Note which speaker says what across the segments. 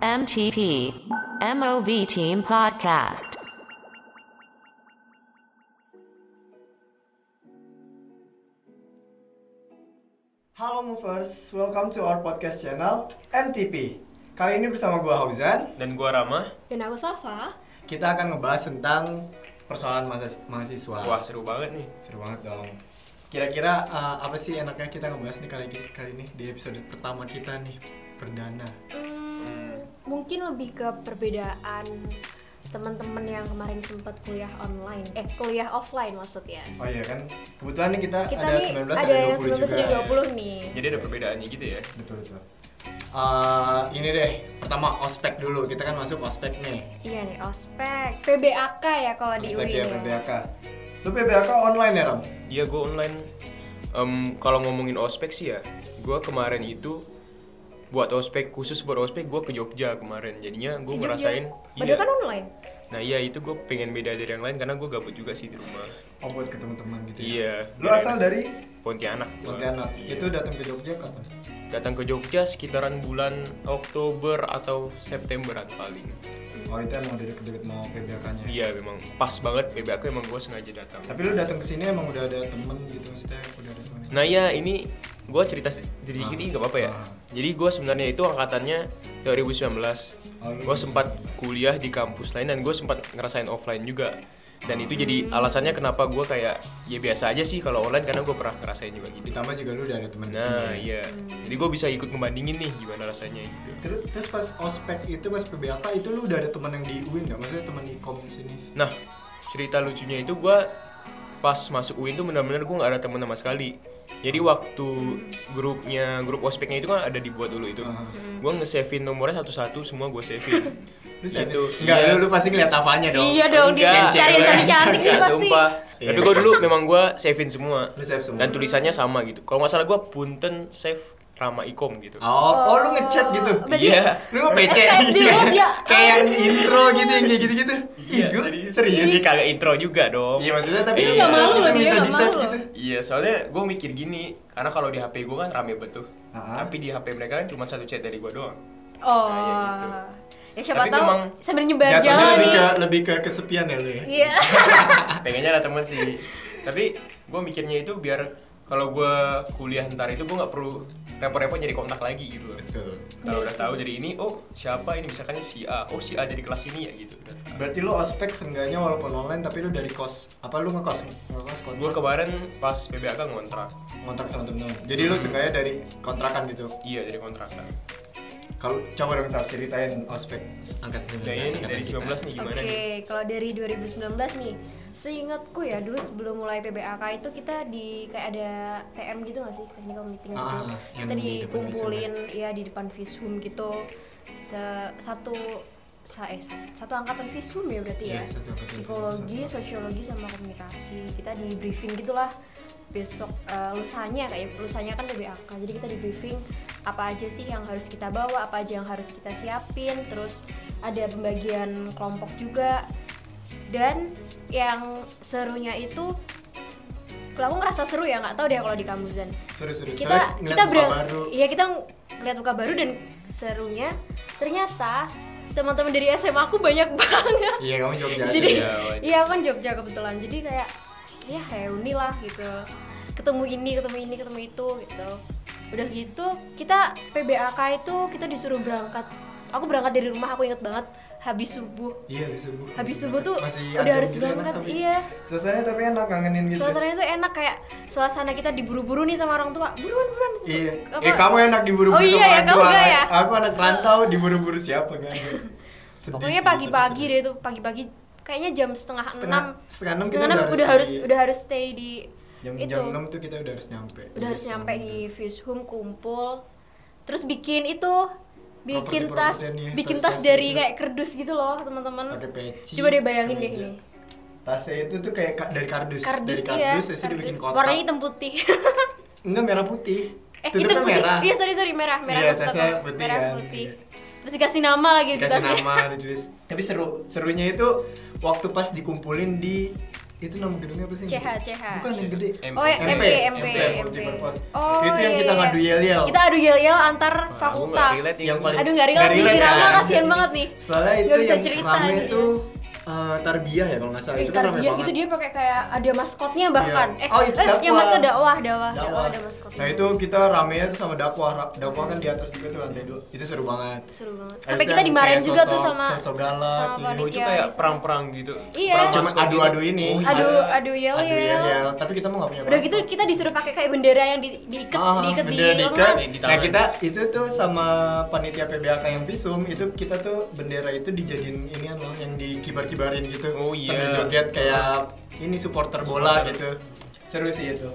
Speaker 1: MTP MOV Team Podcast.
Speaker 2: Halo Movers, welcome to our podcast channel MTP. Kali ini bersama gua Hauzan,
Speaker 3: dan gua Rama.
Speaker 4: Dan aku Safa.
Speaker 2: kita akan ngebahas tentang persoalan mahas- mahasiswa.
Speaker 3: Wah, seru banget nih.
Speaker 2: Seru banget dong. Kira-kira uh, apa sih enaknya kita ngebahas nih kali, kali ini di episode pertama kita nih, perdana.
Speaker 4: hmm, Mungkin lebih ke perbedaan teman-teman yang kemarin sempat kuliah online, eh kuliah offline maksudnya.
Speaker 2: Oh iya kan, kebetulan nih kita,
Speaker 4: Kita
Speaker 2: ada
Speaker 4: nih
Speaker 2: 19
Speaker 4: ada,
Speaker 2: ada
Speaker 4: yang
Speaker 2: 20 juga.
Speaker 4: 19 ada yang 20 nih.
Speaker 3: Jadi ada perbedaannya gitu ya.
Speaker 2: Betul betul. Uh, ini deh, pertama ospek dulu. Kita kan masuk ospek nih.
Speaker 4: Iya nih ospek, PBAK ya kalau di
Speaker 2: Ospek
Speaker 4: UI.
Speaker 2: ya
Speaker 4: nih.
Speaker 2: PBAK. Lu PBAK online ya, Ram?
Speaker 3: Iya, gua online. Em, kalau ngomongin ospek sih ya, gua kemarin itu buat ospek khusus buat ospek gua ke Jogja kemarin. Jadinya
Speaker 4: Di
Speaker 3: gua
Speaker 4: Jogja.
Speaker 3: ngerasain. iya.
Speaker 2: iya.
Speaker 4: Padahal kan online.
Speaker 3: Nah iya itu gue pengen beda dari yang lain karena gue gabut juga sih di rumah.
Speaker 2: Oh buat ke teman-teman gitu
Speaker 3: Iya.
Speaker 2: Lu asal dari
Speaker 3: Pontianak. gua.
Speaker 2: Pontianak. Itu datang ke Jogja kapan?
Speaker 3: Datang ke Jogja sekitaran bulan Oktober atau Septemberan paling.
Speaker 2: Oh itu emang udah deket-deket mau PBK-nya.
Speaker 3: Iya memang pas banget PBAK emang gue sengaja datang.
Speaker 2: Tapi lu datang ke sini emang udah ada temen gitu maksudnya udah ada temen.
Speaker 3: Nah ya ini gue cerita sedikit ini gak apa-apa ya.
Speaker 2: Ah.
Speaker 3: Jadi gue sebenarnya itu angkatannya 2019.
Speaker 2: Oh, lu-
Speaker 3: Gue sempat kuliah di kampus lain dan gue sempat ngerasain offline juga. Dan itu jadi alasannya kenapa gue kayak ya biasa aja sih kalau online karena gue pernah ngerasain juga gitu.
Speaker 2: Ditambah juga lu udah ada temen di
Speaker 3: Nah,
Speaker 2: sini.
Speaker 3: iya. Jadi gue bisa ikut ngebandingin nih gimana rasanya gitu.
Speaker 2: Terus, terus pas ospek itu pas PBK itu lu udah ada temen yang di UIN nggak? Maksudnya temen ikom di sini?
Speaker 3: Nah, cerita lucunya itu gue pas masuk UIN tuh benar-benar gue nggak ada teman sama sekali. Jadi waktu grupnya grup ospeknya itu kan ada dibuat dulu itu.
Speaker 2: Ah.
Speaker 4: Hmm.
Speaker 3: Gue nge-savein nomornya satu-satu semua gue savein.
Speaker 2: Lu siapa?
Speaker 3: Gitu.
Speaker 2: Enggak,
Speaker 3: Iya.
Speaker 2: lu, lu pasti ngeliat apanya dong.
Speaker 4: Iya dong, dia
Speaker 3: Enggak,
Speaker 4: cari yang
Speaker 3: cewek.
Speaker 4: cantik-cantik nih
Speaker 3: Enggak,
Speaker 4: pasti.
Speaker 3: Sumpah.
Speaker 2: Iya.
Speaker 3: Tapi gue dulu memang gue savein semua.
Speaker 2: Lu save semua.
Speaker 3: Dan tulisannya sama gitu. Kalau nggak salah gue punten save Rama Ikom gitu.
Speaker 2: Oh, oh, lu ngechat gitu.
Speaker 4: Berarti-
Speaker 3: Iya.
Speaker 2: Lu mau PC.
Speaker 4: SKSD lu dia. Oh.
Speaker 2: Kayak yang intro gitu yang kayak gitu-gitu. Iya, gua- serius.
Speaker 3: Jadi kagak intro juga dong.
Speaker 2: Iya maksudnya tapi
Speaker 3: Ini
Speaker 2: lu
Speaker 3: nggak
Speaker 2: ngechat
Speaker 4: malu
Speaker 2: gitu,
Speaker 4: loh, dia
Speaker 2: minta
Speaker 4: nggak
Speaker 2: di-save
Speaker 4: malu loh.
Speaker 2: gitu.
Speaker 3: Iya, soalnya gue mikir gini, karena kalau di HP gue kan rame betul.
Speaker 2: Ah.
Speaker 3: Tapi di HP mereka kan cuma satu chat dari gue doang.
Speaker 4: Oh.
Speaker 3: Nah, ya gitu.
Speaker 4: Ya siapa
Speaker 3: Tapi
Speaker 4: tahu
Speaker 3: memang
Speaker 4: sambil nyebar
Speaker 2: Jatuhnya
Speaker 4: jalan
Speaker 2: lebih
Speaker 4: nih.
Speaker 2: ke lebih ke kesepian ya lu ya.
Speaker 4: Iya.
Speaker 3: Pengennya ada teman sih. Tapi gue mikirnya itu biar kalau gue kuliah ntar itu gue nggak perlu repot-repot nyari kontak lagi gitu. loh.
Speaker 2: Betul.
Speaker 3: Kalau
Speaker 4: Bener
Speaker 3: udah
Speaker 4: sih.
Speaker 3: tahu jadi ini, oh siapa ini misalkan si A, oh si A jadi kelas ini ya gitu.
Speaker 2: Berarti lu ospek seenggaknya walaupun online tapi lu dari kos. Apa lu ngekos? Ngekos
Speaker 3: Gue
Speaker 2: kontrak.
Speaker 3: kemarin pas PBAK ngontrak,
Speaker 2: Kontrak sama temen-temen. Jadi lu seenggaknya dari kontrakan gitu.
Speaker 3: iya dari kontrakan.
Speaker 2: Kalau coba dong Saf, ceritain ospek angkat
Speaker 3: Nah ini dari 19 nih
Speaker 4: Oke,
Speaker 3: gimana nih?
Speaker 4: kalau dari 2019 nih, seingatku ya dulu sebelum mulai PBAK itu kita di kayak ada TM gitu gak sih, technical meeting gitu.
Speaker 2: Ah, ah, yang
Speaker 4: kita
Speaker 2: di depan
Speaker 4: dikumpulin ya di depan visum gitu. Se- satu sa- eh, sa- satu angkatan visum ya berarti
Speaker 2: Iya,
Speaker 4: ya.
Speaker 2: satu angkatan visum,
Speaker 4: Psikologi,
Speaker 2: satu.
Speaker 4: sosiologi sama komunikasi. Kita di briefing gitulah besok eh, lusanya kayak lusanya kan PBAK. Jadi kita di briefing apa aja sih yang harus kita bawa, apa aja yang harus kita siapin, terus ada pembagian kelompok juga. Dan yang serunya itu kalau aku ngerasa seru ya nggak tahu deh kalau di kampus dan
Speaker 2: Seru-seru.
Speaker 4: kita
Speaker 2: Soalnya
Speaker 4: kita
Speaker 2: ngeliat
Speaker 4: berang
Speaker 2: muka baru.
Speaker 4: iya kita ngeliat muka baru dan serunya ternyata teman-teman dari SMA aku banyak banget
Speaker 2: Iya, kamu Jogja.
Speaker 4: jadi
Speaker 2: asli ya.
Speaker 3: wajar.
Speaker 4: iya kan Jogja kebetulan jadi kayak ya reuni lah gitu ketemu ini ketemu ini ketemu itu gitu udah gitu kita PBAK itu kita disuruh berangkat aku berangkat dari rumah aku inget banget habis subuh
Speaker 2: Iya, habis subuh.
Speaker 4: Habis subuh tuh
Speaker 2: Masih
Speaker 4: udah
Speaker 2: adem
Speaker 4: harus
Speaker 2: gitu enak
Speaker 4: berangkat,
Speaker 2: tapi-
Speaker 4: iya.
Speaker 2: Suasana tapi enak kangenin gitu.
Speaker 4: suasananya tuh enak kayak suasana kita diburu-buru nih sama orang tua buruan buruan
Speaker 2: Iya.
Speaker 4: apa-
Speaker 2: Eh kamu enak diburu-buru
Speaker 4: Oh iya
Speaker 2: sama
Speaker 4: ya,
Speaker 2: orang
Speaker 4: kamu
Speaker 2: tua.
Speaker 4: enggak ya?
Speaker 2: Aku anak rantau diburu-buru siapa kan? Sedih sih,
Speaker 4: Pokoknya
Speaker 2: tapi
Speaker 4: pagi-pagi
Speaker 2: sedih.
Speaker 4: deh itu pagi-pagi kayaknya jam setengah,
Speaker 2: Setengah-
Speaker 4: enam
Speaker 2: setengah enam kita udah
Speaker 4: udah
Speaker 2: harus
Speaker 4: harus
Speaker 2: di-
Speaker 4: udah harus stay di
Speaker 2: Jam,
Speaker 4: itu
Speaker 2: jam 6 tuh kita udah harus nyampe.
Speaker 4: udah harus nyampe di Fishum kumpul terus bikin itu bikin tas
Speaker 2: Properti-propertiannya,
Speaker 4: bikin
Speaker 2: tas-tas
Speaker 4: tas dari
Speaker 2: gitu.
Speaker 4: kayak kerdus gitu loh teman-teman
Speaker 2: Pakai peci,
Speaker 4: coba deh bayangin deh
Speaker 2: kemeja.
Speaker 4: ini
Speaker 2: Tasnya itu tuh kayak ka- dari kardus,
Speaker 4: kardus,
Speaker 2: dari kardus
Speaker 4: iya
Speaker 2: terus dia bikin
Speaker 4: kardus.
Speaker 2: kotak.
Speaker 4: warnanya hitam putih
Speaker 2: Enggak merah putih.
Speaker 4: eh
Speaker 2: Tutupnya
Speaker 4: hitam putih
Speaker 2: merah.
Speaker 4: iya sorry sorry merah merah
Speaker 2: Iya,
Speaker 4: aku suka
Speaker 2: tasnya
Speaker 4: kok.
Speaker 2: putih
Speaker 4: merah
Speaker 2: kan,
Speaker 4: putih
Speaker 2: iya.
Speaker 4: terus dikasih nama lagi di
Speaker 2: Dikasih
Speaker 4: gitu tasnya
Speaker 2: nama ditulis. Tapi seru, serunya itu waktu pas dikumpulin di itu nama gedungnya apa sih?
Speaker 4: CH, CH.
Speaker 2: Bukan yang gede. Eh,
Speaker 3: M-
Speaker 4: Oh, ya,
Speaker 3: MP,
Speaker 4: MP, MP,
Speaker 2: multi purpose.
Speaker 4: Oh,
Speaker 2: itu yang
Speaker 4: iya,
Speaker 2: kita
Speaker 4: iya.
Speaker 2: ngadu yel-yel.
Speaker 4: Kita adu yel-yel antar
Speaker 3: nggak
Speaker 4: fakultas.
Speaker 3: relate nih.
Speaker 2: yang paling
Speaker 4: Aduh nggak relate nih si
Speaker 2: relate,
Speaker 4: Rama
Speaker 2: kan?
Speaker 4: kasihan banget nih.
Speaker 2: Soalnya
Speaker 4: Nggak
Speaker 2: itu
Speaker 4: bisa
Speaker 2: yang
Speaker 4: cerita
Speaker 2: rame
Speaker 4: jadinya.
Speaker 2: itu eh, tarbiyah ya kalau nggak salah.
Speaker 4: Eh,
Speaker 2: itu kan
Speaker 4: tar
Speaker 2: rame
Speaker 4: dia
Speaker 2: banget.
Speaker 4: gitu dia pakai kayak ada maskotnya bahkan.
Speaker 2: Iya.
Speaker 4: Eh,
Speaker 2: Oh, itu
Speaker 4: eh, yang
Speaker 2: dakwah.
Speaker 4: masa dakwah, dakwah, dakwah
Speaker 2: dakwah.
Speaker 4: ada maskotnya.
Speaker 2: Nah itu kita ramenya tuh sama dakwah. Ra- Dakwah kan di atas juga tuh lantai dua. Itu seru banget.
Speaker 4: seru banget.
Speaker 2: Harusnya
Speaker 4: Sampai kita dimarahin
Speaker 3: kayak
Speaker 4: juga tuh
Speaker 3: sosok-
Speaker 4: sama
Speaker 2: sosok galak, iya.
Speaker 3: Oh,
Speaker 4: sama
Speaker 3: itu
Speaker 4: panitia
Speaker 3: kayak
Speaker 4: gitu.
Speaker 3: perang-perang gitu.
Speaker 4: Iya.
Speaker 3: Perang
Speaker 2: Cuman
Speaker 3: maskot gitu.
Speaker 2: adu-adu ini.
Speaker 3: Oh, iya.
Speaker 4: Adu
Speaker 3: Ada-
Speaker 4: adu
Speaker 2: Aduh iya,
Speaker 4: yel-yel.
Speaker 2: tapi kita mau nggak punya
Speaker 4: iya. Udah
Speaker 2: maskot.
Speaker 4: gitu kita disuruh pakai kayak bendera yang di, diikat
Speaker 2: Ah,
Speaker 4: diikat di
Speaker 2: bendera diikat.
Speaker 4: lengan.
Speaker 3: Di
Speaker 2: Nah
Speaker 3: tangan.
Speaker 2: kita itu tuh sama panitia PBAK yang visum itu kita tuh bendera itu dijadiin inian loh yang dikibar-kibarin gitu
Speaker 3: Oh, iya.
Speaker 2: sambil joget kayak ini supporter bola
Speaker 3: Supporter.
Speaker 2: gitu seru sih itu.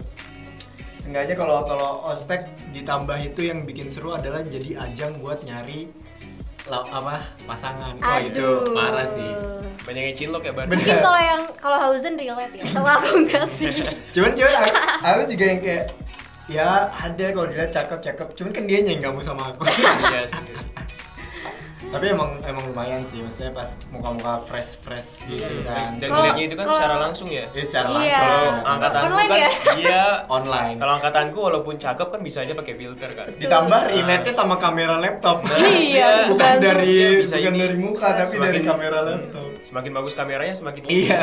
Speaker 2: Seenggaknya kalau kalau ospek ditambah itu yang bikin seru adalah jadi ajang buat nyari la- apa pasangan. Wah, Oh, itu
Speaker 4: Aduh.
Speaker 2: parah sih.
Speaker 3: Banyak yang cinlok ya, Bar.
Speaker 2: Bener.
Speaker 4: Mungkin kalau yang kalau Hausen relate ya. Kalau aku enggak sih.
Speaker 2: Cuman cuman aku, aku juga yang kayak ya ada kalau dilihat cakep cakep cuman kan dia yang nggak mau sama aku.
Speaker 3: Iya sih. iya sih.
Speaker 2: tapi emang emang lumayan sih maksudnya pas muka-muka fresh fresh gitu kan
Speaker 3: Dan
Speaker 4: Kalau-
Speaker 3: ngeliatnya itu kan
Speaker 4: kalau-
Speaker 3: secara langsung ya.
Speaker 2: ya secara
Speaker 4: Iya.
Speaker 2: langsung
Speaker 3: Kalau
Speaker 2: secara
Speaker 3: angkatanku
Speaker 4: Online
Speaker 3: kan
Speaker 4: ya?
Speaker 3: iya.
Speaker 2: langsung. online
Speaker 3: Kalau angkatanku walaupun cakep kan bisa aja pakai filter kan.
Speaker 2: ditambah relate sama kamera laptop kan?
Speaker 4: Iya,
Speaker 2: bukan
Speaker 4: bagus.
Speaker 2: dari
Speaker 3: Iya, bisa
Speaker 2: bukan
Speaker 3: ini.
Speaker 2: dari muka tapi
Speaker 3: Semakin- Hmm.
Speaker 2: dari kamera laptop
Speaker 3: Semakin bagus kameranya semakin
Speaker 2: iya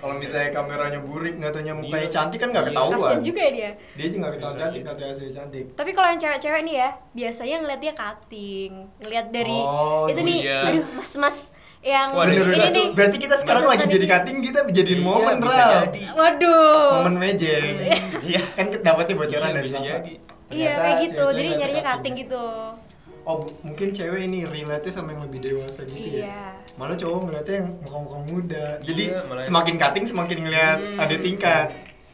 Speaker 2: kalau misalnya kameranya burik nggak taunya mukanya
Speaker 3: Iya.
Speaker 2: cantik kan nggak
Speaker 3: Iya.
Speaker 2: ketahuan
Speaker 4: Kasian juga ya dia.
Speaker 2: dia sih nggak ketahuan
Speaker 3: Bisa
Speaker 2: cantik
Speaker 3: gitu.
Speaker 2: nggak tahu asli cantik
Speaker 4: Tapi kalau yang cewek-cewek nih ya, biasanya ngeliat dia cutting, ngeliat dari
Speaker 2: Oh,
Speaker 4: itu nih,
Speaker 3: iya.
Speaker 4: aduh mas-mas yang
Speaker 3: Wah,
Speaker 2: Bener,
Speaker 4: ini
Speaker 2: bener.
Speaker 4: nih,
Speaker 2: berarti kita sekarang
Speaker 4: Mas,
Speaker 2: lagi
Speaker 4: mas
Speaker 2: jadi
Speaker 4: tadi.
Speaker 2: cutting kita jadiin
Speaker 3: Iya,
Speaker 2: momen
Speaker 3: bisa
Speaker 2: Ral.
Speaker 3: jadi.
Speaker 4: waduh,
Speaker 2: momen mejeng
Speaker 3: Iya.
Speaker 2: kan dapatnya bocoran
Speaker 3: Iya,
Speaker 2: dari
Speaker 3: bisa
Speaker 2: sana.
Speaker 3: jadi.
Speaker 4: iya
Speaker 2: Ternyata
Speaker 4: kayak gitu,
Speaker 2: cewek-cewek
Speaker 4: jadi
Speaker 2: ngeliatnya
Speaker 4: nyarinya cutting gitu,
Speaker 2: Oh, bu- mungkin cewek ini relate sama yang lebih dewasa gitu
Speaker 4: Iya.
Speaker 2: ya. Malah cowok ngeliatnya yang muka-muka muda. Jadi
Speaker 3: Iya, malah-
Speaker 2: semakin cutting semakin ngeliat
Speaker 3: Hmm.
Speaker 2: ada tingkat.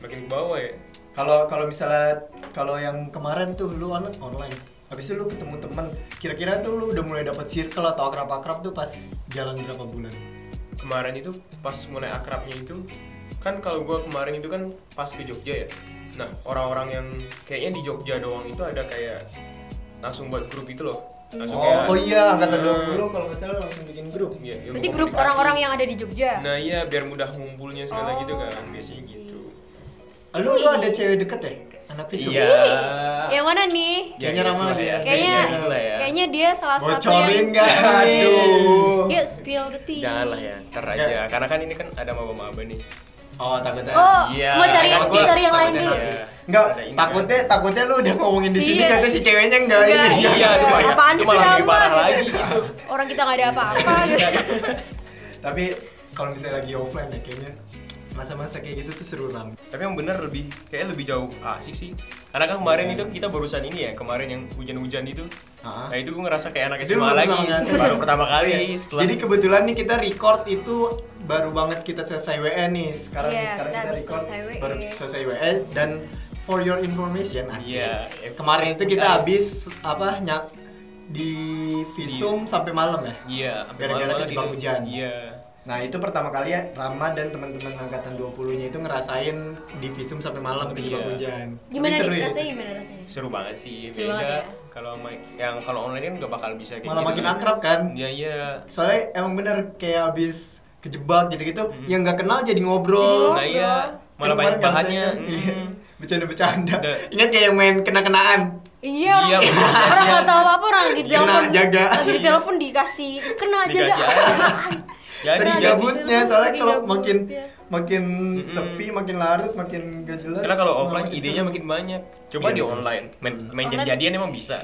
Speaker 3: Makin ke bawah ya.
Speaker 2: Kalau kalau misalnya kalau yang kemarin tuh lu on- online. Habis itu lu ketemu temen, kira-kira tuh lu udah mulai dapat circle atau akrab-akrab tuh pas jalan berapa bulan?
Speaker 3: Kemarin itu pas mulai akrabnya itu kan kalau gua kemarin itu kan pas ke Jogja ya. Nah, orang-orang yang kayaknya di Jogja doang itu ada kayak langsung buat grup itu loh. Langsung kayak-
Speaker 2: Oh, oh iya, angkatan
Speaker 3: Hmm.
Speaker 2: 20 kalau nggak salah langsung bikin grup.
Speaker 3: Iya, ilmu
Speaker 4: berarti grup
Speaker 3: komunikasi.
Speaker 4: orang-orang yang ada di Jogja,
Speaker 3: Nah iya biar mudah ngumpulnya segala
Speaker 4: Oh,
Speaker 3: gitu kan biasanya gitu.
Speaker 2: Lu lu ada cewek deket ya? Anak visum.
Speaker 3: Iya.
Speaker 4: yang mana nih?
Speaker 2: Kayaknya ramah
Speaker 3: gitu
Speaker 2: lagi ya.
Speaker 4: Kayaknya,
Speaker 2: Itulah
Speaker 4: kayaknya dia salah satu
Speaker 2: Bocorin
Speaker 4: yang
Speaker 2: nggak? Aduh.
Speaker 4: Yuk spill the tea.
Speaker 3: Janganlah ya, ntar
Speaker 2: Nggak.
Speaker 3: aja. Karena kan ini kan ada maba-maba nih.
Speaker 2: Oh, takutnya.
Speaker 4: Oh,
Speaker 3: Iya,
Speaker 4: mau cari
Speaker 3: kan
Speaker 4: mau cari yang lain
Speaker 2: takutnya
Speaker 4: dulu.
Speaker 2: habis.
Speaker 3: Iya.
Speaker 2: Enggak,
Speaker 3: Ada ini
Speaker 2: takutnya takutnya lu udah ngomongin di sini
Speaker 4: Iya.
Speaker 2: kata si ceweknya enggak
Speaker 4: Nggak,
Speaker 2: ini.
Speaker 4: Iya,
Speaker 3: Iya, itu banyak.
Speaker 4: apaan
Speaker 3: itu
Speaker 4: sih
Speaker 3: malah lebih
Speaker 4: ramah
Speaker 3: parah
Speaker 4: gitu.
Speaker 3: lagi gitu.
Speaker 4: Orang kita nggak ada apa-apa
Speaker 2: Iya.
Speaker 4: gitu.
Speaker 2: Tapi kalau misalnya lagi offline ya kayaknya masa-masa kayak gitu tuh seru ram.
Speaker 3: Tapi yang bener lebih kayak lebih jauh asik sih. Karena kan kemarin
Speaker 2: Hmm.
Speaker 3: itu kita barusan ini ya, kemarin yang hujan-hujan itu.
Speaker 2: Ah.
Speaker 3: Nah itu gue ngerasa kayak anak
Speaker 2: Itu
Speaker 3: SMA
Speaker 2: baru
Speaker 3: lagi,
Speaker 2: pertama kali.
Speaker 3: baru pertama kali.
Speaker 2: Iya.
Speaker 3: Setelah
Speaker 2: Jadi kebetulan nih kita record itu baru banget kita selesai WE nih. Sekarang
Speaker 4: Iya,
Speaker 2: sekarang
Speaker 4: kita
Speaker 2: kita
Speaker 4: habis
Speaker 2: record
Speaker 4: selesai E. WE.
Speaker 2: baru selesai WE dan for your information asli.
Speaker 3: Iya.
Speaker 2: Kemarin itu kita habis apa nyak di visum sampai malam ya.
Speaker 3: Iya, sampai
Speaker 2: Gara-gara
Speaker 3: malam banget
Speaker 2: kejebak
Speaker 3: itu.
Speaker 2: hujan.
Speaker 3: Iya.
Speaker 2: Nah itu pertama kali ya Rama dan teman-teman angkatan 20-nya itu ngerasain di visum sampai malam di
Speaker 3: Iya.
Speaker 2: hujan.
Speaker 4: Gimana
Speaker 2: Tapi seru
Speaker 4: nih
Speaker 2: ya?
Speaker 4: rasanya? Gimana rasanya?
Speaker 3: Seru banget sih,
Speaker 4: Seru banget ya.
Speaker 3: beda. Kalau ma- yang kalau online kan gak bakal bisa kayak
Speaker 2: Malah
Speaker 3: gitu.
Speaker 2: makin akrab kan?
Speaker 3: Iya, iya.
Speaker 2: Soalnya emang bener kayak abis kejebak gitu-gitu, yang nggak kenal jadi ngobrol.
Speaker 3: Nah iya,
Speaker 2: Kan
Speaker 3: Hmm. malah
Speaker 2: kemarin
Speaker 3: banyak
Speaker 2: ngerasain
Speaker 3: bahannya.
Speaker 2: kan, iya.
Speaker 3: Mm.
Speaker 2: Bercanda-bercanda.
Speaker 3: Udah.
Speaker 2: Ingat kayak yang main kena-kenaan.
Speaker 4: Iya,
Speaker 3: Iya,
Speaker 4: orang
Speaker 3: bener.
Speaker 4: orang nggak tahu apa-apa orang lagi di
Speaker 2: Kena
Speaker 4: telepon,
Speaker 2: jaga.
Speaker 4: lagi di telepon dikasih kena Ah, jaga.
Speaker 3: Dikasih aja. Jadi,
Speaker 2: Saking
Speaker 4: jadi.
Speaker 2: gabutnya, soalnya
Speaker 4: Saking
Speaker 2: kalau
Speaker 4: gabutnya.
Speaker 2: makin
Speaker 4: iya.
Speaker 2: makin
Speaker 3: Mm-mm.
Speaker 2: sepi, makin larut, makin gak jelas.
Speaker 3: karena kalau
Speaker 2: malah
Speaker 3: offline
Speaker 2: makin
Speaker 3: idenya
Speaker 2: seru.
Speaker 3: makin banyak. Coba
Speaker 2: Iya,
Speaker 3: di
Speaker 2: betul.
Speaker 3: online, main, main
Speaker 4: Online.
Speaker 3: jadi-jadian emang bisa.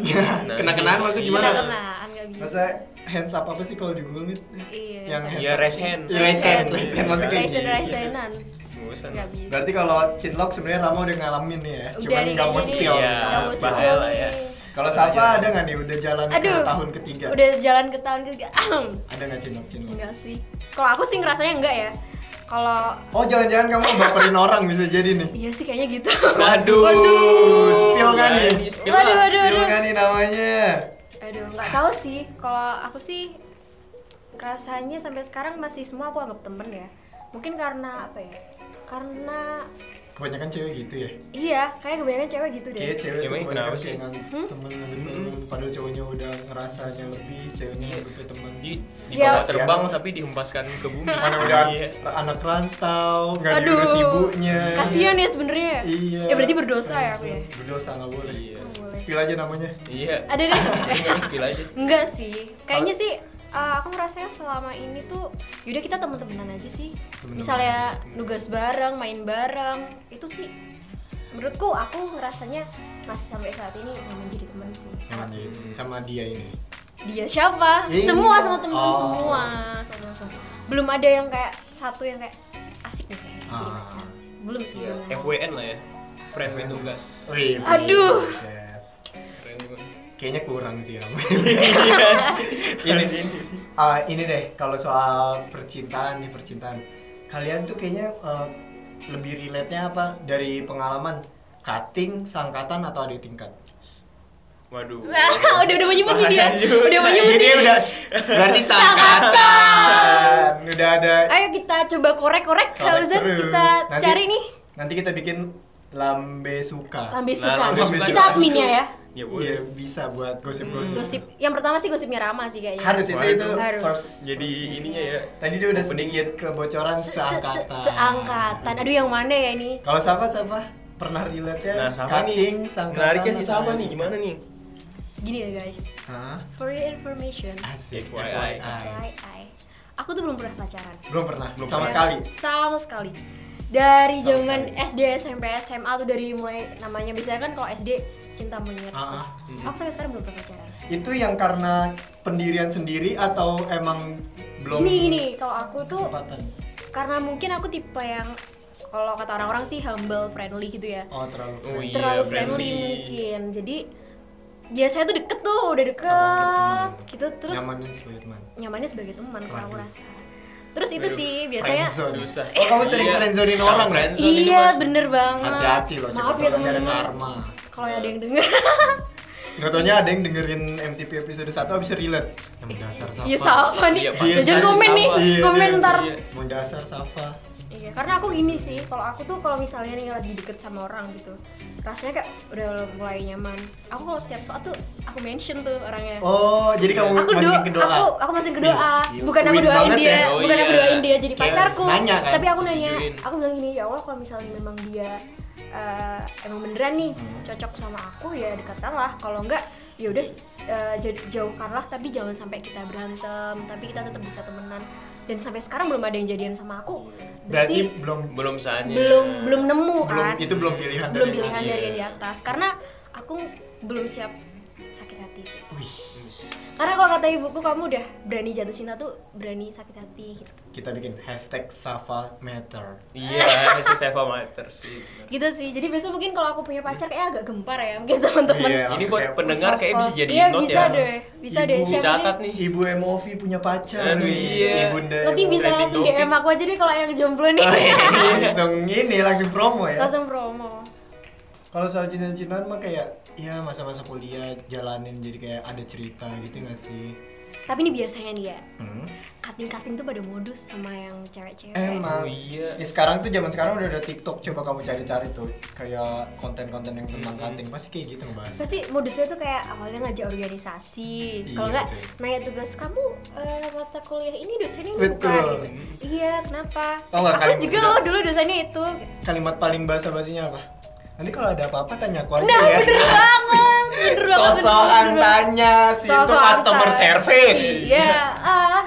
Speaker 3: Nah,
Speaker 2: Kena-kenaan maksudnya
Speaker 3: iya.
Speaker 2: gimana?
Speaker 4: Kena kenaan nggak bisa.
Speaker 2: Masa hands up apa sih kalau di Google Meet?
Speaker 4: Iya,
Speaker 2: Yang
Speaker 4: sama.
Speaker 2: hands
Speaker 3: Iya,
Speaker 2: up.
Speaker 3: raise hand.
Speaker 2: Iya, raise hand,
Speaker 4: Raise
Speaker 2: raise hand maksudnya kayak
Speaker 4: Raisen
Speaker 2: gini.
Speaker 4: raisenan
Speaker 3: Bosan.
Speaker 4: nggak bisa.
Speaker 2: Berarti kalau chinlock sebenarnya Rama udah ngalamin nih ya,
Speaker 4: Udah
Speaker 2: cuman
Speaker 4: nih,
Speaker 2: nggak mau
Speaker 4: kayaknya
Speaker 2: spill.
Speaker 4: nih.
Speaker 3: Iya,
Speaker 4: Nggak mau
Speaker 3: bahaya
Speaker 4: spill
Speaker 3: lah ya.
Speaker 4: nih.
Speaker 2: Kalau Safa ada nggak nih udah jalan ke
Speaker 4: Aduh,
Speaker 2: tahun ketiga?
Speaker 4: Udah jalan ke tahun ketiga.
Speaker 2: Ada nggak cinlok cinlok?
Speaker 4: Enggak sih. Kalau aku sih ngerasanya enggak ya. Kalau
Speaker 2: Oh jangan-jangan kamu baperin orang bisa jadi nih.
Speaker 4: iya sih kayaknya gitu.
Speaker 3: Waduh.
Speaker 2: Waduh, spill kan nih?
Speaker 3: Berani, iya, spill
Speaker 4: Waduh,
Speaker 3: lah.
Speaker 4: waduh,
Speaker 2: Spill
Speaker 4: waduh.
Speaker 2: kan nih namanya?
Speaker 4: Aduh, nggak tahu sih. Kalau aku sih rasanya sampai sekarang masih semua aku anggap temen ya. Mungkin karena apa ya? Karena
Speaker 2: kebanyakan cewek gitu ya
Speaker 4: Iya, kayak kebanyakan cewek gitu deh.
Speaker 2: kayak cewek tuh
Speaker 3: Emangnya
Speaker 2: kebanyakan
Speaker 3: kenapa
Speaker 2: sih
Speaker 3: sih?
Speaker 2: ngang
Speaker 4: Hmm?
Speaker 2: temen nganggep temen padahal cowoknya udah ngerasanya lebih ceweknya
Speaker 3: Iya.
Speaker 2: nganggepnya temen
Speaker 3: Di,
Speaker 4: Ya.
Speaker 3: dibawa terbang tapi dihempaskan ke bumi.
Speaker 2: mana udah
Speaker 3: Iya.
Speaker 2: anak rantau nggak
Speaker 4: Aduh,
Speaker 2: diurus ibunya
Speaker 4: Kasihan ya sebenarnya.
Speaker 2: iya
Speaker 4: Ya berarti berdosa ya aku ya.
Speaker 2: berdosa nggak boleh
Speaker 3: Iya.
Speaker 4: Nggak boleh.
Speaker 2: spill aja namanya
Speaker 3: Iya.
Speaker 4: Ada deh.
Speaker 3: Harus gila aja.
Speaker 4: Enggak sih. Kayaknya sih uh, aku ngerasanya selama ini tuh yaudah kita temen-temenan aja sih.
Speaker 2: Temen-temenan.
Speaker 4: Misalnya nugas bareng, main bareng, itu sih menurutku aku ngerasanya masih sampai saat ini nyaman jadi teman sih.
Speaker 2: nyaman jadi sama dia ini
Speaker 4: Dia siapa?
Speaker 2: Ih.
Speaker 4: Semua sama temen
Speaker 2: Iya, Oh.
Speaker 4: semua, sama temen semua. Belum ada yang kayak satu yang kayak asik nih kayaknya jadi
Speaker 2: Ah.
Speaker 4: pacar. Belum sih.
Speaker 3: Iya.
Speaker 4: belum.
Speaker 3: FWN lah ya. Friend with tugas.
Speaker 2: Wih,
Speaker 4: Aduh.
Speaker 2: Oh, iya, yes.
Speaker 3: Keren juga.
Speaker 2: kayaknya kurang sih kamu
Speaker 3: Iya sih. Keren
Speaker 2: Ini-
Speaker 3: ini sih.
Speaker 2: Ah, ini deh kalau soal percintaan nih percintaan kalian tuh kayaknya eh, lebih relate nya apa dari pengalaman cutting sangkatan atau adik tingkat
Speaker 3: Waduh.
Speaker 4: Wah, udah udah mau nyebut nih dia.
Speaker 3: Bahaya.
Speaker 4: Udah mau nyebut
Speaker 2: ini
Speaker 4: nih.
Speaker 2: udah berarti sangkatan udah ada
Speaker 4: Ayo kita coba korek-korek
Speaker 2: Korek
Speaker 4: Fauzan
Speaker 2: terus.
Speaker 4: kita
Speaker 2: Nanti-
Speaker 4: cari nih
Speaker 2: nanti kita bikin lambe suka
Speaker 4: Lambe Nah, suka.
Speaker 3: Lambe
Speaker 2: Suka
Speaker 4: kita
Speaker 2: juga.
Speaker 4: adminnya ya.
Speaker 2: iya
Speaker 3: Ya boleh.
Speaker 2: bisa buat gosip-gosip
Speaker 4: Hmm, Gosip. Yang pertama sih gosipnya Rama sih kayaknya.
Speaker 2: harus itu itu
Speaker 4: Harus.
Speaker 2: first
Speaker 3: Jadi ininya ya.
Speaker 2: tadi dia udah
Speaker 3: Opening.
Speaker 2: sedikit kebocoran
Speaker 4: Se- se- se-
Speaker 2: seangkatan
Speaker 4: Seangkatan. Aduh yang mana ya ini?
Speaker 2: Kalau Safa, Safa pernah relate ya?
Speaker 3: Nah, sama nih. Menariknya sih sama nih. Gimana nih?
Speaker 4: Gini ya guys.
Speaker 2: Hah?
Speaker 4: For your information,
Speaker 2: Asik,
Speaker 3: FYI.
Speaker 4: I, I. Aku tuh belum pernah pacaran.
Speaker 2: Belum pernah,
Speaker 3: Belum
Speaker 2: sama
Speaker 3: pernah.
Speaker 2: sekali.
Speaker 4: Sama sekali. Dari
Speaker 2: Sama
Speaker 4: zaman SD, SMP, SMA tuh dari mulai namanya biasanya kan kalau SD cinta monyet.
Speaker 2: Ah, ah.
Speaker 4: Aku sampai sekarang belum pernah pacaran.
Speaker 2: Itu yang karena pendirian sendiri atau emang belum
Speaker 4: Gini gini, kalau aku tuh
Speaker 2: kesempatan?
Speaker 4: karena mungkin aku tipe yang kalau kata orang-orang sih humble friendly gitu ya
Speaker 2: Oh, terlalu.
Speaker 3: Oh, iya,
Speaker 4: terlalu friendly,
Speaker 3: friendly.
Speaker 4: mungkin jadi biasanya tuh deket tuh udah
Speaker 2: Teman,
Speaker 4: deket
Speaker 2: teman.
Speaker 4: gitu terus
Speaker 2: Nyaman yang sebagai teman.
Speaker 4: nyamannya sebagai teman kalau aku
Speaker 2: Waduh.
Speaker 4: rasa terus itu
Speaker 3: Waduh,
Speaker 4: sih biasanya
Speaker 2: friendzone.
Speaker 3: Susah.
Speaker 2: Oh, kamu sering
Speaker 3: Iya.
Speaker 2: friendzonein orang, kan?
Speaker 3: Friendzone ini
Speaker 4: iya
Speaker 3: mah.
Speaker 4: bener banget
Speaker 2: Hati-hati loh, siapa
Speaker 4: maaf
Speaker 2: tahu
Speaker 4: ya
Speaker 2: nanti ada
Speaker 4: teman-teman
Speaker 2: karma.
Speaker 4: kalau ada yang denger
Speaker 2: Gak taunya ada yang dengerin MTP episode 1 abis relate. Yang dasar Safa.
Speaker 4: iya sama nih
Speaker 3: Iya, Pak.
Speaker 2: Iya,
Speaker 4: jangan
Speaker 2: Safa.
Speaker 4: komen nih
Speaker 2: Iya,
Speaker 4: komen
Speaker 2: iya,
Speaker 4: ntar
Speaker 2: iya. Mau dasar Safa.
Speaker 4: Iya, karena aku gini sih, kalau aku tuh kalau misalnya nih lagi deket sama orang gitu, rasanya kayak udah mulai nyaman. Aku kalau setiap saat tuh aku mention tuh orangnya.
Speaker 2: Oh, jadi kamu
Speaker 4: aku
Speaker 2: masukin ke doa.
Speaker 4: aku aku masukin ke doa.
Speaker 2: Gila,
Speaker 4: Bukan aku
Speaker 2: win
Speaker 4: doain
Speaker 2: banget
Speaker 4: dia,
Speaker 2: ya.
Speaker 3: Oh
Speaker 4: bukan aku
Speaker 3: iya.
Speaker 4: doain dia jadi
Speaker 2: Kayak
Speaker 4: pacarku.
Speaker 2: nanya kan,
Speaker 4: Tapi aku nanya,
Speaker 3: disetujuin.
Speaker 4: aku bilang gini, ya Allah kalau misalnya memang dia eh, emang beneran nih
Speaker 2: Hmm.
Speaker 4: cocok sama aku ya dekatlah. Kalau enggak ya udah eh, jauh- jauhkanlah tapi jangan sampai kita berantem, tapi kita tetap bisa temenan. Dan sampai sekarang belum ada yang jadian sama aku.
Speaker 2: Berarti belum
Speaker 3: belum saatnya.
Speaker 4: belum belum nemu
Speaker 2: belum
Speaker 4: kan
Speaker 2: itu belum pilihan
Speaker 4: belum
Speaker 2: dari
Speaker 4: pilihan
Speaker 2: Nadia.
Speaker 4: dari yang di atas karena aku belum siap sakit hati sih
Speaker 2: Wih,
Speaker 4: karena kalau kata ibuku kamu udah berani jatuh cinta tuh berani sakit hati gitu
Speaker 2: kita bikin hashtag Safa Matter.
Speaker 3: Iya, si Steva Matters sih.
Speaker 2: Ya,
Speaker 4: gitu sih jadi besok mungkin kalau aku punya pacar kayak agak gempar ya mungkin teman-teman
Speaker 2: Iya.
Speaker 3: Ini
Speaker 2: Langsung
Speaker 3: buat
Speaker 2: kayak,
Speaker 3: pendengar
Speaker 2: "Mustafa."
Speaker 3: kayak bisa jadi
Speaker 4: Iya,
Speaker 3: note
Speaker 4: bisa
Speaker 3: ya.
Speaker 4: deh bisa
Speaker 2: Ibu
Speaker 4: deh siapa
Speaker 3: Dicatat
Speaker 4: nih
Speaker 3: nih.
Speaker 2: Ibu MOV punya pacar
Speaker 3: Aduh, iya.
Speaker 2: Ibunda.
Speaker 4: nanti bisa
Speaker 3: Trending
Speaker 4: langsung
Speaker 3: topic. iya.
Speaker 4: DM aku aja deh kalau yang jomblo nih
Speaker 3: Oh,
Speaker 2: langsung ini langsung promo ya.
Speaker 4: langsung promo
Speaker 2: Kalau soal cinta-cintaan mah kayak ya masa-masa kuliah jalanin jadi kayak ada cerita gitu gak sih?
Speaker 4: tapi ini biasanya nih ya
Speaker 2: Hmm.
Speaker 4: kating-kating tuh pada modus sama yang cewek-cewek
Speaker 2: Emang.
Speaker 3: Oh, iya.
Speaker 2: Ya, sekarang tuh zaman sekarang udah ada TikTok coba kamu cari-cari tuh kayak konten-konten yang tentang
Speaker 3: Hmm.
Speaker 2: cutting pasti kayak gitu ngebahas.
Speaker 4: pasti modusnya tuh kayak awalnya ngajak organisasi
Speaker 2: Iya,
Speaker 4: kalau nggak
Speaker 2: betul.
Speaker 4: nanya tugas kamu eh, mata kuliah ini dosennya ini
Speaker 2: Betul.
Speaker 4: bukan gitu. iya kenapa
Speaker 2: Tau nggak,
Speaker 4: aku
Speaker 2: kalian
Speaker 4: juga
Speaker 2: udah-
Speaker 4: loh dulu dosennya itu
Speaker 2: Kalimat paling bahasa basinya apa? Nanti kalau ada apa-apa tanya aku aja
Speaker 4: nah
Speaker 2: ya.
Speaker 4: bener banget bener banget
Speaker 2: Sosokan
Speaker 4: bener banget.
Speaker 2: tanya sih itu
Speaker 4: Sosokan
Speaker 2: customer
Speaker 4: tanya.
Speaker 2: service.
Speaker 4: iya ah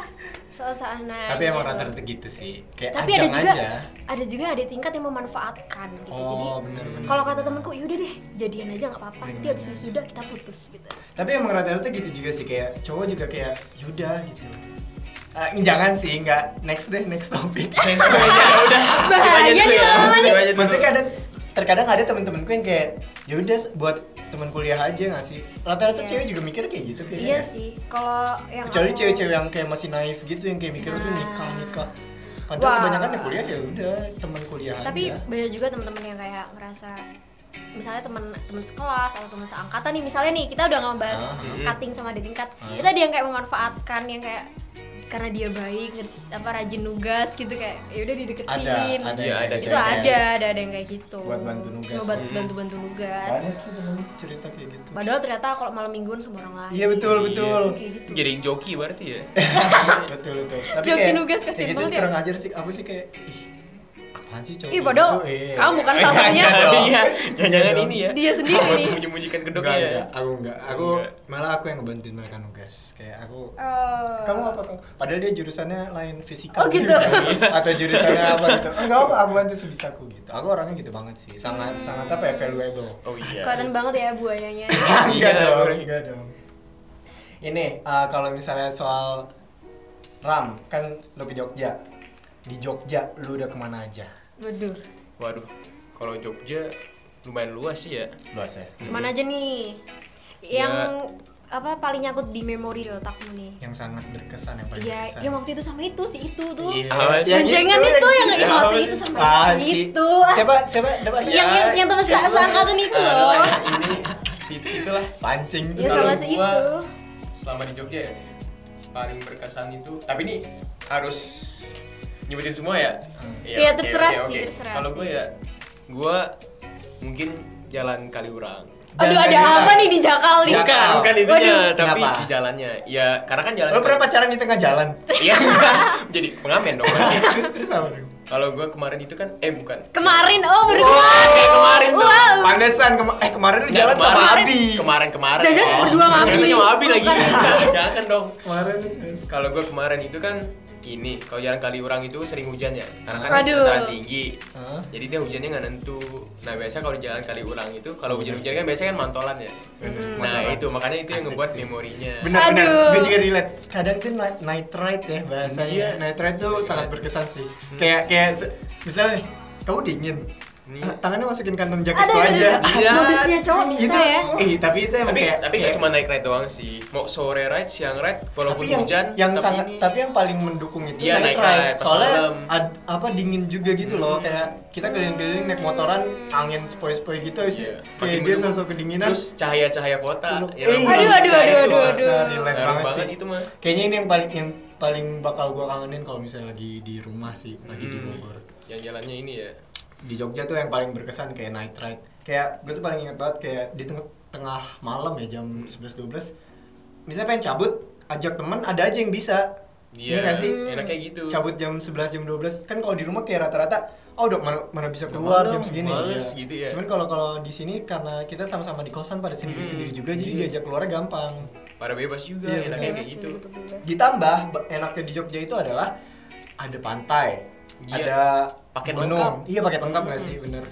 Speaker 4: sosokan nanya
Speaker 2: Tapi emang
Speaker 4: gitu.
Speaker 2: rata-rata gitu sih. Kayak
Speaker 4: tapi ada
Speaker 2: ajang
Speaker 4: juga
Speaker 2: aja.
Speaker 4: ada juga ada tingkat yang memanfaatkan gitu
Speaker 2: Oh,
Speaker 4: jadi
Speaker 2: bener-bener.
Speaker 4: kalau kata temanku yaudah deh jadian aja nggak apa-apa
Speaker 2: Bener.
Speaker 4: dia habis sudah kita putus gitu
Speaker 2: Tapi emang rata-rata gitu juga sih kayak cowok juga kayak yaudah gitu. Ah, jangan sih, enggak. Next deh, next topic.
Speaker 3: Next ya udah.
Speaker 4: Bahaya
Speaker 3: Skip aja
Speaker 2: Iya.
Speaker 3: dulu ya.
Speaker 4: dong.
Speaker 3: Skip aja dulu.
Speaker 2: Maksudnya kadang terkadang ada temen-temenku yang kayak yaudah buat temen kuliah aja nggak sih? Rata-rata
Speaker 4: Iya.
Speaker 2: cewek juga mikir kayak gitu kayaknya. ya.
Speaker 4: iya sih kalau yang
Speaker 2: Kecuali
Speaker 4: aku-
Speaker 2: cewek-cewek yang kayak masih naif gitu yang kayak mikir tuh
Speaker 4: Nah.
Speaker 2: nikah nikah. Padahal
Speaker 4: Wah.
Speaker 2: kebanyakan yang kuliah ya udah temen kuliah
Speaker 4: tapi
Speaker 2: aja.
Speaker 4: banyak juga teman-teman yang kayak merasa misalnya teman teman sekelas atau teman seangkatan nih misalnya nih kita udah ngebahas
Speaker 2: Ah,
Speaker 4: cutting sama ada tingkat
Speaker 2: Ah.
Speaker 4: kita ada yang kayak memanfaatkan yang kayak karena dia baik ngerj- apa rajin nugas gitu kayak ya udah dideketin
Speaker 2: ada ya,
Speaker 3: Iya, ada
Speaker 4: itu
Speaker 3: cewek-cewek.
Speaker 4: ada ada ada yang kayak gitu
Speaker 2: Buat bantu nugas. Iya.
Speaker 4: Cuma buat
Speaker 3: Hmm.
Speaker 4: bantu bantu nugas
Speaker 2: banyak sih temen cerita kayak gitu
Speaker 4: padahal ternyata kalau malam mingguan sama orang lain
Speaker 2: iya betul betul
Speaker 4: kayak gitu
Speaker 3: Jadi joki berarti ya.
Speaker 2: betul betul tapi
Speaker 4: Joki
Speaker 2: kayak
Speaker 4: nugas
Speaker 2: kayak
Speaker 4: kasihan
Speaker 2: gitu
Speaker 4: banget ya.
Speaker 2: kurang ajar sih aku sih kayak ih apaan sih Gitu, cowok
Speaker 4: Ih, padahal kamu kan salah satunya.
Speaker 3: Iya.
Speaker 2: Iya
Speaker 3: Jangan
Speaker 2: dong.
Speaker 3: ini ya.
Speaker 4: Dia sendiri
Speaker 3: Kamu
Speaker 4: nih.
Speaker 3: Menyembunyikan
Speaker 2: enggak,
Speaker 3: kedoknya ya.
Speaker 2: enggak, aku enggak aku
Speaker 3: Enggak.
Speaker 2: malah aku yang ngebantuin mereka nugas kayak aku
Speaker 4: Oh.
Speaker 2: kamu apa kamu? Padahal dia jurusannya lain fisika
Speaker 4: Oh,
Speaker 2: sih
Speaker 4: gitu.
Speaker 2: misalnya. atau jurusannya apa gitu. Enggak apa, aku bantu sebisaku gitu. Aku orangnya gitu banget sih. Sangat
Speaker 4: Hmm.
Speaker 2: sangat apa ya valuable.
Speaker 3: Oh iya.
Speaker 4: kelihatan banget ya buayanya
Speaker 2: enggak
Speaker 3: Iya,
Speaker 2: dong,
Speaker 3: boleh.
Speaker 2: enggak dong. Ini eh, kalau misalnya soal Ram, kan lu ke Jogja. Di Jogja lu udah kemana aja?
Speaker 4: waduh
Speaker 3: Waduh. Kalau Jogja lumayan luas sih ya.
Speaker 2: Luas ya.
Speaker 4: Mana aja nih
Speaker 3: Ya.
Speaker 4: yang apa paling nyangkut di memori di otakmu nih?
Speaker 2: Iya. Yang sangat berkesan yang paling
Speaker 4: Iya,
Speaker 2: berkesan.
Speaker 4: yang waktu itu sama itu si itu tuh.
Speaker 2: Iya.
Speaker 3: Apa
Speaker 2: Ya
Speaker 4: Jangan
Speaker 2: gitu,
Speaker 4: itu yang
Speaker 2: sisa.
Speaker 4: yang waktu itu sama
Speaker 2: Apaan
Speaker 4: si
Speaker 2: sih?
Speaker 4: itu.
Speaker 2: Ah, Siapa siapa dapat
Speaker 4: Yang yang, yang teman se- seangkatan itu
Speaker 3: Aduh,
Speaker 4: loh.
Speaker 3: ya, ini situ lah.
Speaker 2: Ah, pancing
Speaker 4: Ya
Speaker 3: Kalau
Speaker 4: sama si
Speaker 3: gua-
Speaker 4: itu.
Speaker 3: Selama di Jogja ya paling berkesan itu. Tapi ini harus nyebutin semua ya.
Speaker 4: Iya,
Speaker 3: oke,
Speaker 4: terserah
Speaker 3: oke,
Speaker 4: sih,
Speaker 3: oke.
Speaker 4: terserah
Speaker 3: Kalau gue
Speaker 4: sih.
Speaker 3: ya gue mungkin jalan Kaliurang. Ya, oh.
Speaker 4: Aduh ada apa nih di Jakal nih?
Speaker 2: Jakal.
Speaker 3: Bukan, bukan itunya,
Speaker 2: Waduh.
Speaker 3: tapi
Speaker 2: Kenapa?
Speaker 3: di jalannya. Ya, karena kan jalan.
Speaker 2: Lo pernah pacaran di tengah jalan?
Speaker 3: Iya. Jadi pengamen dong.
Speaker 2: terus terus apa dong?
Speaker 3: Kalau gua kemarin itu kan eh bukan.
Speaker 4: Kemarin oh baru kemarin.
Speaker 3: kayak kemarin tuh.
Speaker 4: Wow.
Speaker 2: Pantesan kema- eh kemarin lu jalan
Speaker 3: Nggak,
Speaker 2: sama
Speaker 3: kemarin-
Speaker 2: Abi.
Speaker 3: Kemarin kemarin.
Speaker 4: Jangan-jangan
Speaker 3: Oh.
Speaker 4: berdua sama Abi.
Speaker 3: Jangan-jangan sama Abi lagi. Jangan- Jangan dong.
Speaker 2: Kemarin nih.
Speaker 3: Kalau gua kemarin itu kan ini kalau jalan kali orang itu sering hujan ya karena kan
Speaker 4: Waduh.
Speaker 3: dataran tinggi
Speaker 2: Hah?
Speaker 3: jadi dia hujannya nggak nentu nah biasa kalau jalan kali orang itu kalau hujan-hujan kan biasanya kan mantolan ya
Speaker 4: Hmm.
Speaker 3: nah
Speaker 2: Iya Mantolan.
Speaker 3: itu makanya itu yang
Speaker 2: Asik
Speaker 3: ngebuat
Speaker 2: sih.
Speaker 3: memorinya
Speaker 2: Benar benar.
Speaker 4: Aduh.
Speaker 2: Gue juga relate. Kadang tuh night, night ride ya bahasanya.
Speaker 3: Iya. Hmm.
Speaker 2: Night ride tuh sangat berkesan sih. Kayak kayak se- misalnya nih, kamu dingin.
Speaker 3: Iya.
Speaker 2: Ah, Tangannya masukin kantong jaket
Speaker 4: Ada
Speaker 2: lu
Speaker 4: ada.
Speaker 2: aja.
Speaker 3: Iya.
Speaker 4: Modusnya cowok bisa
Speaker 2: Itu-
Speaker 4: ya.
Speaker 2: Eh, tapi itu emang
Speaker 3: tapi
Speaker 2: kayak
Speaker 3: tapi nggak
Speaker 2: kayak-
Speaker 3: cuma naik ride doang sih mau sore ride siang ride walaupun
Speaker 2: tapi yang,
Speaker 3: hujan
Speaker 2: yang
Speaker 3: tapi
Speaker 2: sangat
Speaker 3: ini-
Speaker 2: tapi yang paling mendukung itu
Speaker 3: Iya,
Speaker 2: night
Speaker 3: night
Speaker 2: ride.
Speaker 3: ride, pas
Speaker 2: Soalnya
Speaker 3: malam. Hmm.
Speaker 2: ad- apa dingin juga gitu loh kayak kita keliling-keliling naik motoran angin sepoi-sepoi gitu sih.
Speaker 3: Iya.
Speaker 2: Kayak
Speaker 3: Makin
Speaker 2: dia
Speaker 3: mendukung.
Speaker 2: sosok kedinginan.
Speaker 3: terus cahaya-cahaya kota
Speaker 2: Aduh,
Speaker 3: yang
Speaker 2: iya.
Speaker 4: Aduh, aduh,
Speaker 3: cahaya itu,
Speaker 4: aduh, aduh,
Speaker 3: ah.
Speaker 4: aduh.
Speaker 2: Nah, relate
Speaker 3: Ngaruh
Speaker 2: banget
Speaker 3: banget
Speaker 2: sih.
Speaker 3: itu mah.
Speaker 2: Kayaknya ini yang paling yang paling bakal gua kangenin kalau misalnya lagi di rumah sih, lagi di
Speaker 3: Hmm.
Speaker 2: Bogor.
Speaker 3: yang jalannya ini ya
Speaker 2: Di Jogja tuh yang paling berkesan kayak night ride. Kayak gue tuh paling ingat banget kayak di tengah tengah malam ya jam
Speaker 3: Hmm.
Speaker 2: 11 12. Misalnya pengen cabut, ajak temen ada aja yang bisa. Iya nggak sih?
Speaker 4: Hmm.
Speaker 3: enak kayak gitu
Speaker 2: Cabut jam 11 jam 12 kan kalau di rumah kayak rata-rata oh udah mana, mana bisa keluar jam
Speaker 3: Malam,
Speaker 2: segini.
Speaker 3: males
Speaker 2: Iya.
Speaker 3: gitu ya.
Speaker 2: Cuman kalau kalau di sini karena kita sama-sama di kosan pada sendiri-sendiri
Speaker 3: Hmm.
Speaker 2: juga jadi
Speaker 3: Iya.
Speaker 2: diajak keluar gampang.
Speaker 3: pada bebas juga
Speaker 2: Iya,
Speaker 3: enaknya
Speaker 4: Bebas
Speaker 3: kayak
Speaker 4: sih,
Speaker 3: gitu
Speaker 4: gitu, bebas.
Speaker 2: Ditambah ba- enaknya di Jogja itu adalah ada pantai,
Speaker 3: Iya.
Speaker 2: ada
Speaker 3: Paket
Speaker 2: gunung.
Speaker 3: lengkap. Hmm.
Speaker 2: Iya paket lengkap nggak sih bener.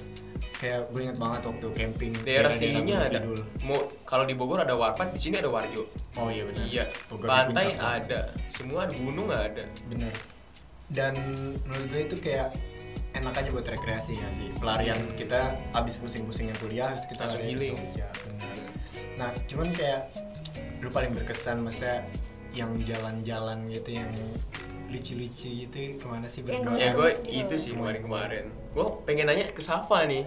Speaker 2: Kayak gue inget banget waktu camping
Speaker 3: daerah
Speaker 2: daerah-daerah
Speaker 3: tingginya
Speaker 2: Gunung
Speaker 3: ada
Speaker 2: Kidul.
Speaker 3: mau kalau di Bogor ada warpat di sini ada warjo
Speaker 2: Oh iya benar.
Speaker 3: iya pantai ada semua ada gunung ada
Speaker 2: Bener. Dan menurut gue itu kayak enak aja buat rekreasi ya sih. Pelarian kita habis pusing-pusingnya kuliah terus kita
Speaker 3: Langsung
Speaker 2: larian ke
Speaker 3: healing.
Speaker 2: Jogja, bener. Nah, cuman kayak lu paling berkesan maksudnya yang jalan-jalan gitu yang lucu-lucu gitu kemana sih
Speaker 4: Yang
Speaker 2: berdua?
Speaker 4: Terus
Speaker 3: ya gue
Speaker 4: terus gitu.
Speaker 3: itu sih kemarin kemarin gue pengen nanya ke Safa nih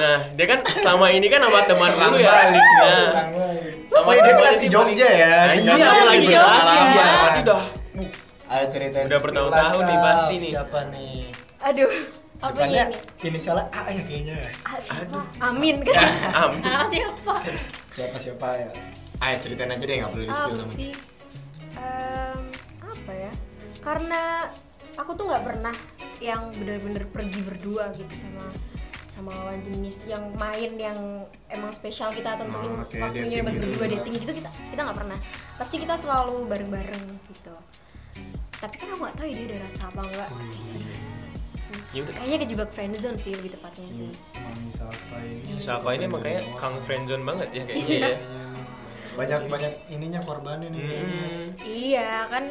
Speaker 3: nah dia kan selama ini kan sama teman
Speaker 2: Serang
Speaker 3: dulu ya
Speaker 2: balik,
Speaker 3: nah
Speaker 2: serang balik.
Speaker 3: sama
Speaker 2: Oh, iya, dia
Speaker 3: teman
Speaker 2: pernah
Speaker 3: ini
Speaker 2: di Jogja
Speaker 3: paling-
Speaker 2: ya,
Speaker 3: Nah,
Speaker 2: si
Speaker 3: iya
Speaker 2: Jogja.
Speaker 3: dia lagi
Speaker 4: Di
Speaker 3: di Jogja Iya,
Speaker 4: Jogja.
Speaker 2: Iya.
Speaker 3: berarti dah
Speaker 2: Uh, Ayo ceritain
Speaker 3: Udah bertahun-tahun nih,
Speaker 2: sekilas,
Speaker 3: pasti nih.
Speaker 2: Siapa nih?
Speaker 4: Aduh. Apa
Speaker 2: Depannya
Speaker 4: ini?
Speaker 2: inisialnya A ya kayaknya.
Speaker 4: Ah, siapa? Amin kan?
Speaker 2: Ya,
Speaker 3: Amin.
Speaker 4: Ah, siapa?
Speaker 2: Siapa siapa ya? Ayo ceritain aja deh nggak perlu di
Speaker 4: apa
Speaker 2: spill namanya.
Speaker 4: sih Em, apa ya karena aku tuh nggak pernah yang bener-bener pergi berdua gitu sama sama lawan jenis yang main yang emang spesial kita tentuin
Speaker 2: Oh, oke, dating
Speaker 4: waktunya buat
Speaker 2: gitu.
Speaker 4: berdua dating gitu kita kita nggak pernah pasti kita selalu bareng-bareng gitu tapi kan aku nggak tahu ya dia ada rasa apa enggak
Speaker 2: Hmm. iya.
Speaker 3: Ya udah.
Speaker 4: kayaknya kejebak friendzone sih lebih tepatnya
Speaker 2: Si
Speaker 4: sih
Speaker 2: Mami siapa ini?
Speaker 3: Safa ini emang kayak kang friendzone banget ya kayaknya
Speaker 2: Iya.
Speaker 3: ya
Speaker 2: Banyak banyak ininya korbannya nih. kayaknya.
Speaker 3: Hmm.
Speaker 4: Iya kan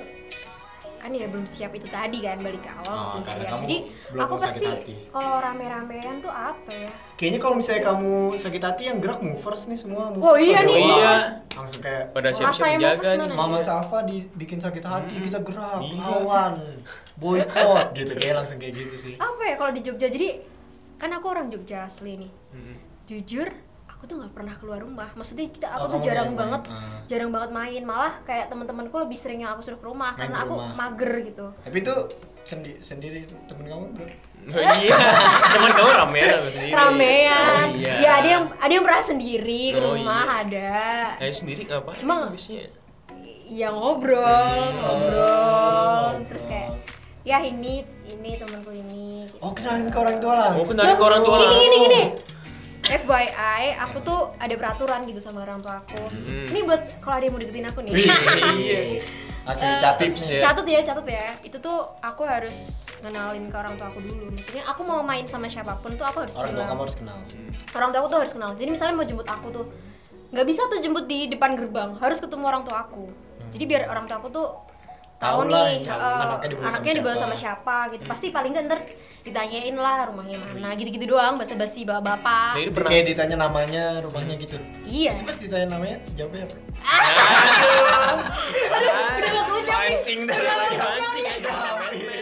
Speaker 4: kan ya belum siap itu tadi kan balik ke awal
Speaker 2: Oh,
Speaker 4: belum
Speaker 2: karena
Speaker 4: siap.
Speaker 2: kamu
Speaker 4: Jadi
Speaker 2: belum
Speaker 4: aku
Speaker 2: sakit
Speaker 4: pasti
Speaker 2: hati.
Speaker 4: kalau rame-ramean tuh apa ya?
Speaker 2: Kayaknya kalau misalnya kamu sakit hati yang gerak movers nih semua. Movers
Speaker 4: Oh, iya
Speaker 2: pada
Speaker 4: nih,
Speaker 2: orang.
Speaker 3: movers.
Speaker 2: Langsung kayak
Speaker 3: pada
Speaker 4: Masa
Speaker 3: siap-siap
Speaker 4: yang mau
Speaker 3: jaga
Speaker 4: first
Speaker 3: nih
Speaker 4: mana?
Speaker 2: Mama Safa dibikin sakit hati, kita gerak,
Speaker 3: Iya.
Speaker 2: lawan, boykot gitu kayak langsung kayak gitu sih.
Speaker 4: Apa ya kalau di Jogja? Jadi kan aku orang Jogja asli nih.
Speaker 3: Hmm.
Speaker 4: Jujur aku aku tuh nggak pernah keluar rumah maksudnya kita
Speaker 2: Oh,
Speaker 4: aku tuh
Speaker 2: kamu
Speaker 4: jarang
Speaker 2: main-main.
Speaker 4: banget
Speaker 2: Ah.
Speaker 4: jarang banget main malah kayak teman-temanku lebih sering yang aku suruh ke rumah
Speaker 2: Main
Speaker 4: karena
Speaker 2: ke
Speaker 4: aku
Speaker 2: rumah. Oh,
Speaker 4: mager gitu
Speaker 2: Tapi itu sendi- sendiri temen kamu bro.
Speaker 3: Oh, iya, teman kamu ramean sama
Speaker 2: iya.
Speaker 3: sendiri.
Speaker 4: ramean
Speaker 3: Oh, iya.
Speaker 4: ya ada yang ada yang pernah sendiri ke
Speaker 3: Oh,
Speaker 4: rumah
Speaker 3: iya.
Speaker 4: ada
Speaker 3: Kayak sendiri ngapain?
Speaker 4: Emang-
Speaker 3: biasanya?
Speaker 4: ya ngobrol
Speaker 2: Iya.
Speaker 4: ngobrol terus kayak ya ini ini temanku ini gitu.
Speaker 2: Oh kenalin ke orang tua lah.
Speaker 3: Oh, kenalin ke orang tua
Speaker 4: Gini gini
Speaker 3: langsung.
Speaker 4: gini. FYI, aku tuh ada peraturan gitu sama orang tua aku.
Speaker 2: Mm-hmm.
Speaker 3: Mhm.
Speaker 4: Ini buat kalau ada yang mau deketin aku nih.
Speaker 3: Iya.
Speaker 2: Langsung
Speaker 4: Eh,
Speaker 2: dicatat
Speaker 3: tips
Speaker 2: nih.
Speaker 3: ya.
Speaker 4: Catat ya, catat ya. Itu tuh aku harus ngenalin ke orang tua aku dulu. Maksudnya aku mau main sama siapapun tuh aku harus
Speaker 2: Orang tua
Speaker 4: bilang.
Speaker 2: kamu harus kenal.
Speaker 4: Orang tua aku tuh harus kenal. Jadi misalnya mau jemput aku tuh nggak bisa tuh jemput di depan gerbang, harus ketemu orang tua aku. Jadi biar orang tua aku tuh
Speaker 2: Hmm. Tahu
Speaker 4: tahu
Speaker 2: lah
Speaker 4: nih
Speaker 2: yang
Speaker 4: eh,
Speaker 2: anaknya dibawa sama
Speaker 4: anaknya dibawa
Speaker 2: siapa. Hmm.
Speaker 4: sama siapa gitu. Pasti paling nggak ntar ditanyain lah rumahnya mana,
Speaker 2: Iya.
Speaker 4: gitu-gitu doang, basa-basi bapak-bapak.
Speaker 3: Jadi
Speaker 2: Jadi
Speaker 3: pernah
Speaker 2: kayak ditanya namanya, rumahnya gitu.
Speaker 4: Iya.
Speaker 2: Terus pas ditanya namanya, jawabnya apa?
Speaker 4: Aduh, udah gak keucapin.
Speaker 3: pancing dari
Speaker 4: Udah gak
Speaker 3: tadi
Speaker 4: keucapin.
Speaker 3: pancing. ada ramean.